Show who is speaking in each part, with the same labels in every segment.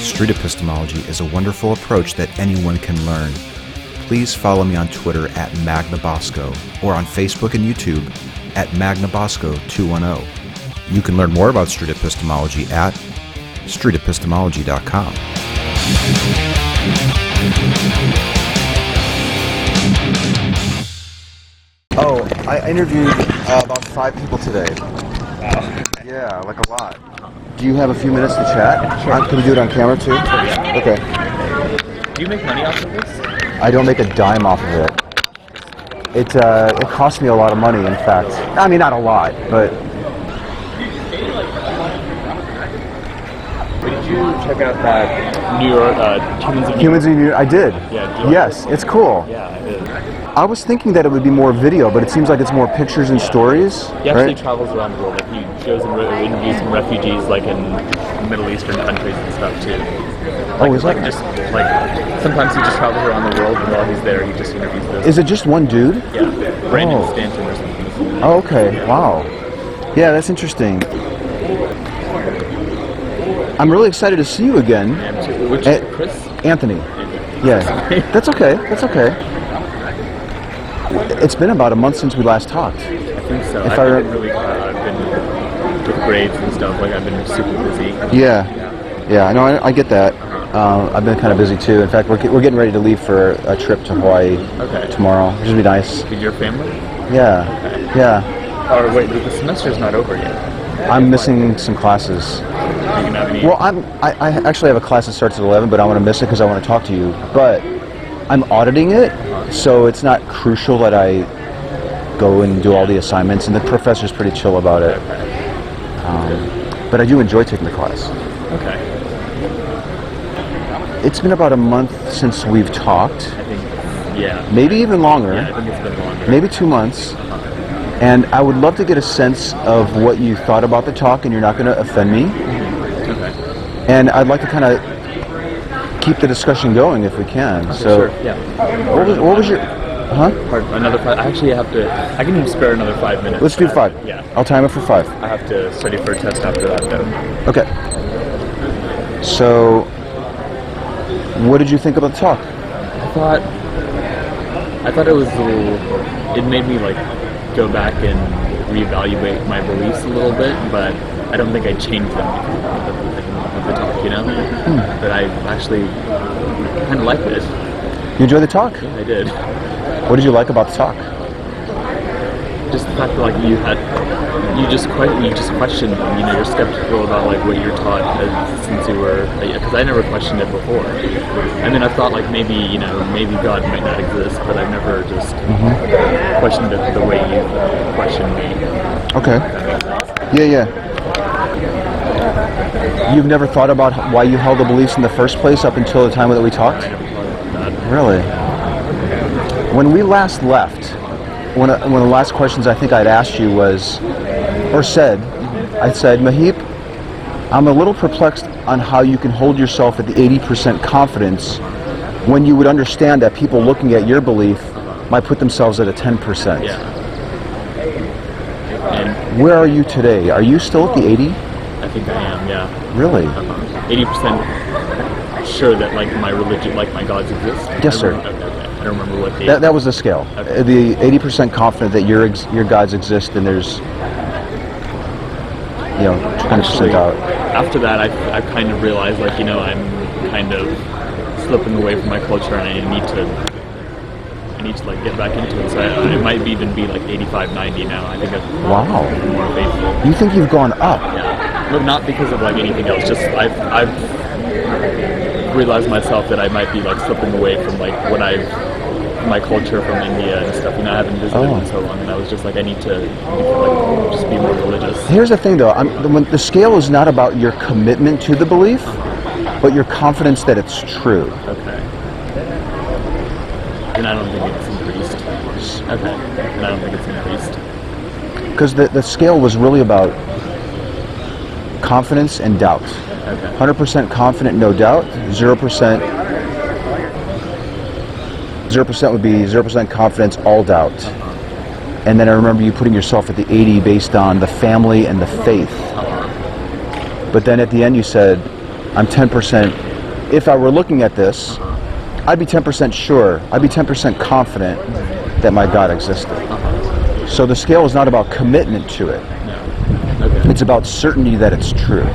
Speaker 1: Street epistemology is a wonderful approach that anyone can learn. Please follow me on Twitter at Magna Bosco or on Facebook and YouTube at Magna Bosco 210. oh. You can learn more about street epistemology at streetepistemology.com.
Speaker 2: Oh, I interviewed uh, about five people today. Yeah, like a lot. Do you have a few minutes to chat? Sure. can we do it on camera too? Okay.
Speaker 3: Do you make money off of this?
Speaker 2: I don't make a dime off of it. It uh, it cost me a lot of money, in fact. I mean, not a lot, but
Speaker 3: But did you check out that New York uh, Humans of New
Speaker 2: humans in New- I did.
Speaker 3: Yeah, do you like
Speaker 2: yes, it's cool.
Speaker 3: Yeah, I did.
Speaker 2: I was thinking that it would be more video, but it seems like it's more pictures and stories.
Speaker 3: He actually
Speaker 2: right?
Speaker 3: travels around the world. Like he goes and re- interviews some refugees, like in Middle Eastern countries and stuff too. Like,
Speaker 2: Oh, is that-
Speaker 3: like just like sometimes he just travels around the world, and while he's there, he just interviews those.
Speaker 2: Is it just one dude?
Speaker 3: yeah, Brandon
Speaker 2: Oh.
Speaker 3: Stanton or something.
Speaker 2: Oh, okay. Wow. Yeah, that's interesting. I'm really excited to see you again,
Speaker 3: And to- Which
Speaker 2: Eh.
Speaker 3: Chris?
Speaker 2: Anthony. Yeah. That's okay. That's okay. It's been about a month since we last talked.
Speaker 3: I think so.
Speaker 2: If
Speaker 3: I've
Speaker 2: I
Speaker 3: been
Speaker 2: re-
Speaker 3: really uh, I've been with grades and stuff. Like I've been super busy.
Speaker 2: Yeah. Yeah, I know. I, I get that. Uh, I've been kind of busy too. In fact, we're, get- we're getting ready to leave for a trip to Hawaii
Speaker 3: Okay.
Speaker 2: tomorrow, which would be nice.
Speaker 3: Did your family?
Speaker 2: Yeah. Yeah.
Speaker 3: Or wait, the semester's not over yet.
Speaker 2: I'm missing some classes.
Speaker 3: Are you gonna have any?
Speaker 2: Well, I'm, I, I actually have a class that starts at 11, but I want to miss it because I want to talk to you. But I'm auditing it, so it's not crucial that I go and do all the assignments, and the professor's pretty chill about it. Um, but I do enjoy taking the class.
Speaker 3: okay.
Speaker 2: It's been about a month since we've talked,
Speaker 3: I think. Yeah.
Speaker 2: maybe even longer.
Speaker 3: Yeah, I think it's been longer.
Speaker 2: maybe two months. And I would love to get a sense of what you thought about the talk, and you're not going to offend me.
Speaker 3: Okay.
Speaker 2: And I'd like to kind of keep the discussion going if we can. so,
Speaker 3: sure. Yeah.
Speaker 2: what, was, what was your. Huh?
Speaker 3: Pardon, another five. I actually have to. I can even spare another five minutes.
Speaker 2: Let's do
Speaker 3: I-
Speaker 2: five.
Speaker 3: Yeah.
Speaker 2: I'll time it for five.
Speaker 3: I have to study for a test after that though.
Speaker 2: Okay. So, what did you think about the talk?
Speaker 3: I thought. I thought it was a little. It made me like go back and reevaluate my beliefs a little bit, but I don't think I changed them with the, with the talk. You know.
Speaker 2: Hmm.
Speaker 3: But I actually kind of liked it.
Speaker 2: You enjoyed the talk?
Speaker 3: I did.
Speaker 2: What did you like about the talk?
Speaker 3: just the fact that like you had you just quite you just questioned them you know you're skeptical about like what you're taught as, since you were because i never questioned it before i mean i thought like maybe you know maybe god might not exist but i've never just
Speaker 2: Mm-hmm.
Speaker 3: questioned it the way you questioned me
Speaker 2: Okay. Yeah, yeah. You've never thought about h- why you held the beliefs in the first place up until the time that we talked? Really? When we last left, one of, one of the last questions I think I'd asked you was, or said, I said, Mahip, I'm a little perplexed on how you can hold yourself at the 80% confidence when you would understand that people looking at your belief might put themselves at a 10%.
Speaker 3: yeah and
Speaker 2: Where are you today? Are you still at the 80?
Speaker 3: i think i am yeah
Speaker 2: Really?
Speaker 3: 80% sure that like my religion like my gods exist
Speaker 2: Yes, sir.
Speaker 3: I don't, I don't remember what they
Speaker 2: That, that was the scale.
Speaker 3: Okay.
Speaker 2: Uh, The 80% confident that your ex, your gods exist and there's, you know, 20% doubt.
Speaker 3: after that, I, I kind of realized, like, you know, I'm kind of slipping away from my culture and I need to, I need to, like, get back into it. So I, I might even be, like, 85, 90 now. I think I'm
Speaker 2: Wow.
Speaker 3: more faithful.
Speaker 2: You think you've gone up?
Speaker 3: Yeah. But not because of, like, anything else. Just I've, I've realized myself that I might be, like, slipping away from, like, what I've, my culture from India and stuff. You know, I haven't visited
Speaker 2: Oh.
Speaker 3: in so long. And I was just like, I need to, like, just be more religious.
Speaker 2: Here's the thing though, I'm, the, when, the scale is not about your commitment to the belief, but your confidence that it's true.
Speaker 3: Okay. And I don't think it's increased. Okay. And I don't think it's increased.
Speaker 2: Because the, the scale was really about confidence and doubt.
Speaker 3: Okay.
Speaker 2: 100% confident, no doubt. 0%. 0% would be 0% confidence, all doubt. And then I remember you putting yourself at the 80 based on the family and the faith. But then at the end you said, I'm 10% if I were looking at this, I'd be 10% sure, I'd be 10% confident that my God existed. So the scale is not about commitment to it.
Speaker 3: No. Okay.
Speaker 2: It's about certainty that it's true.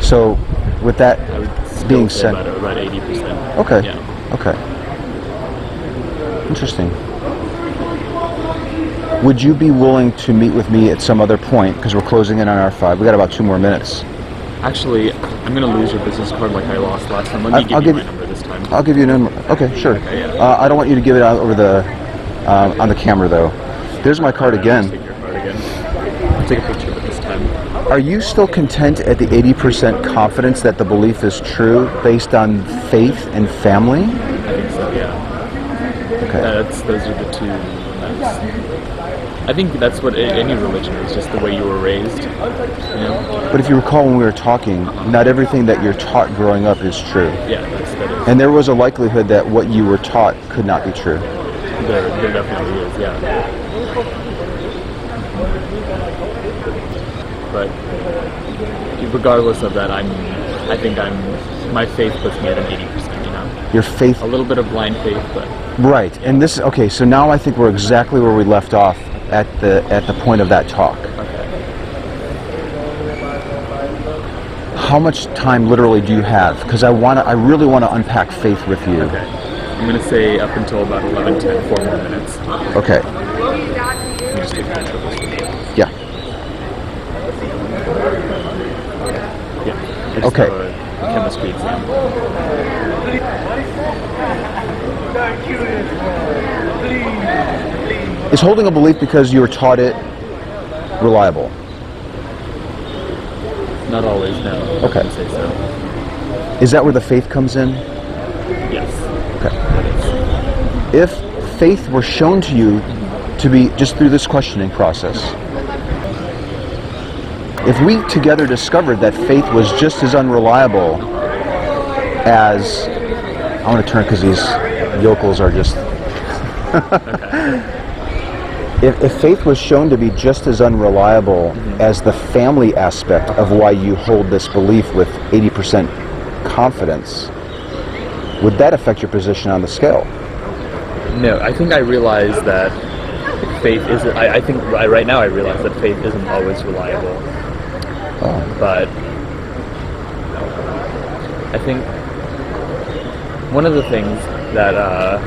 Speaker 2: So, with that
Speaker 3: I would still
Speaker 2: being
Speaker 3: say
Speaker 2: said-
Speaker 3: about, about 80%.
Speaker 2: Okay.
Speaker 3: Yeah.
Speaker 2: Okay. Interesting. Would you be willing to meet with me at some other point? Because we're closing in on our five. We got about two more minutes.
Speaker 3: Actually, I'm gonna lose your business card like I lost last time. Let me
Speaker 2: I-
Speaker 3: give
Speaker 2: I'll
Speaker 3: you
Speaker 2: give
Speaker 3: my
Speaker 2: you-
Speaker 3: number this time.
Speaker 2: I'll give you a number. Okay, sure. Uh, I don't want you to give it out over the um, on the camera though. There's my card
Speaker 3: Take
Speaker 2: again.
Speaker 3: your card again. Take a picture of it this time.
Speaker 2: Are you still content at the 80% confidence that the belief is true based on faith and family?
Speaker 3: I think so. Yeah.
Speaker 2: Okay.
Speaker 3: That's those are the two. that's- I think that's what a- any religion is, just the way you were raised. You know?
Speaker 2: But if you recall when we were talking, not everything that you're taught growing up is true.
Speaker 3: Yeah, that's that is.
Speaker 2: And there was a likelihood that what you were taught could not be true.
Speaker 3: There, there definitely is. Yeah. But regardless of that, I'm. I think I'm. My faith puts me at an eighty percent. You know,
Speaker 2: Your faith.
Speaker 3: a little bit of blind faith, but
Speaker 2: Right. And this okay, so now I think we're exactly where we left off at the at the point of that talk.
Speaker 3: okay.
Speaker 2: How much time literally do you have? Because I want to, I really want to unpack faith with you.
Speaker 3: Okay. I'm gonna say up until about 11:10, four more minutes.
Speaker 2: Okay.
Speaker 3: Let me just take a picture of this.
Speaker 2: Yeah.
Speaker 3: Yeah. I just
Speaker 2: Okay.
Speaker 3: have a chemistry exam.
Speaker 2: Is holding a belief because you were taught it reliable?
Speaker 3: Not always, no. I
Speaker 2: Okay.
Speaker 3: wouldn't say so.
Speaker 2: Is that where the faith comes in?
Speaker 3: Yes.
Speaker 2: Okay.
Speaker 3: That is.
Speaker 2: If faith were shown to you to be just through this questioning process, if we together discovered that faith was just as unreliable as I want to turn because these yokels are just. if, if faith was shown to be just as unreliable as the family aspect of why you hold this belief with 80% confidence, would that affect your position on the scale?
Speaker 3: No, I think I realize that faith isn't. I, I think ri- right now I realize that faith isn't always reliable. But I think one of the things that uh,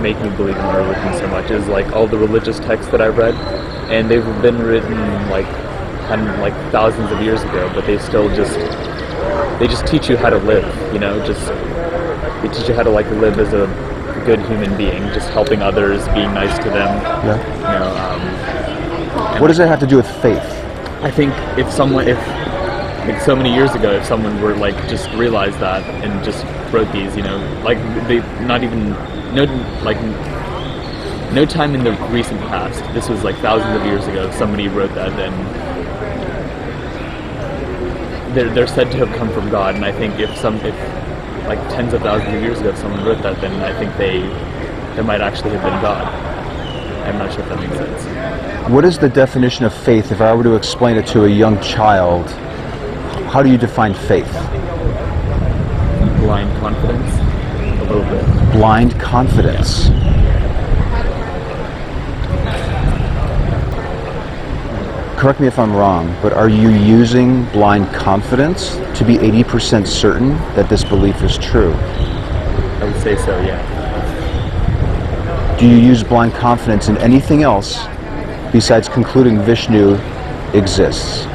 Speaker 3: make me believe in religion so much is like all the religious texts that I've read, and they've been written like hun- like thousands of years ago, but they still just they just teach you how to live. You know, just they teach you how to like live as a good human being, just helping others, being nice to them.
Speaker 2: Yeah.
Speaker 3: You know, um,
Speaker 2: What does that have to do with faith?
Speaker 3: I think if someone, if like so many years ago, if someone were like just realized that and just wrote these, you know, like they not even no like no time in the recent past. This was like thousands of years ago. if Somebody wrote that, then they're they're said to have come from God. And I think if some if like tens of thousands of years ago, if someone wrote that, then I think they there might actually have been God. I'm not sure if that makes sense.
Speaker 2: What is the definition of faith if I were to explain it to a young child? How do you define faith?
Speaker 3: blind confidence a little bit.
Speaker 2: Blind confidence. Correct me if I'm wrong, but are you using blind confidence to be 80% certain that this belief is true?
Speaker 3: I would say so, yeah.
Speaker 2: Do you use blind confidence in anything else besides concluding Vishnu exists?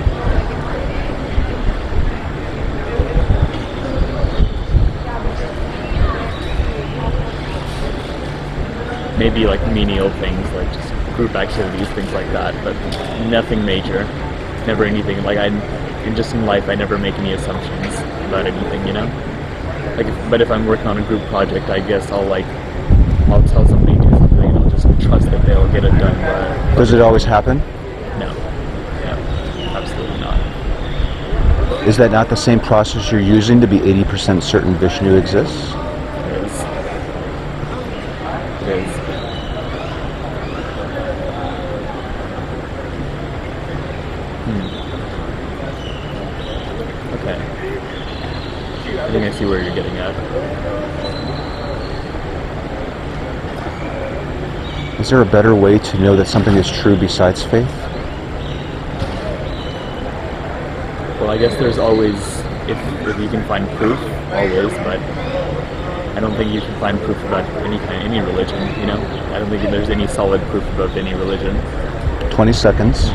Speaker 3: Maybe like menial things, like just group activities, things like that, but nothing major. Never anything. Like I, in just in life, I never make any assumptions about anything, you know. Like, if, but if I'm working on a group project, I guess I'll like, I'll tell somebody to do something, and I'll just trust that they'll get it done. But
Speaker 2: Does it always happen?
Speaker 3: no, no, absolutely not.
Speaker 2: Is that not the same process you're using to be 80% certain Vishnu exists?
Speaker 3: It is. It is. Hmm. Okay. see where you're getting at.
Speaker 2: Is there a better way to know that something is true besides faith?
Speaker 3: Well, I guess there's always if, if you can find proof, always. But I don't think you can find proof about any kind, any religion. You know, I don't think there's any solid proof about any religion.
Speaker 2: 20 seconds.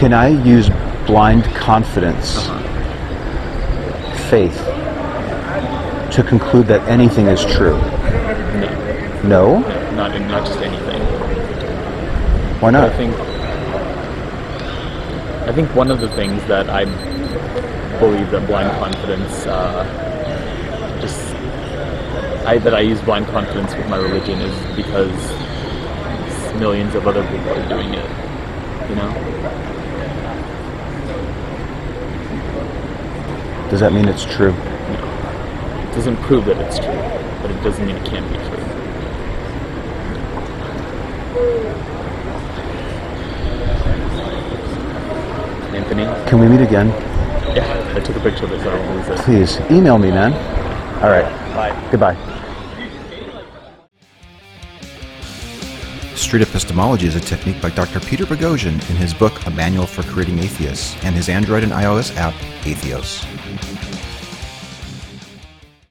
Speaker 2: Can I use blind confidence, faith, to conclude that anything is true?
Speaker 3: No,
Speaker 2: No?
Speaker 3: no, not in, not just anything.
Speaker 2: Why
Speaker 3: I
Speaker 2: not?
Speaker 3: think I think one of the things that I believe that blind confidence uh, just I, that I use blind confidence with my religion is because millions of other people are doing it. You know,
Speaker 2: Does that mean it's true?
Speaker 3: it doesn't prove that it's true, but it doesn't mean it can't be true. Anthony,
Speaker 2: Can we meet again?
Speaker 3: yeah, I took a picture of it, so I won't lose it.
Speaker 2: Please email me, man. All right.
Speaker 3: Bye.
Speaker 2: Goodbye.
Speaker 1: Street epistemology is a technique by Dr. Peter Boghossian in his book A Manual for Creating Atheists and his Android and iOS app, Atheos.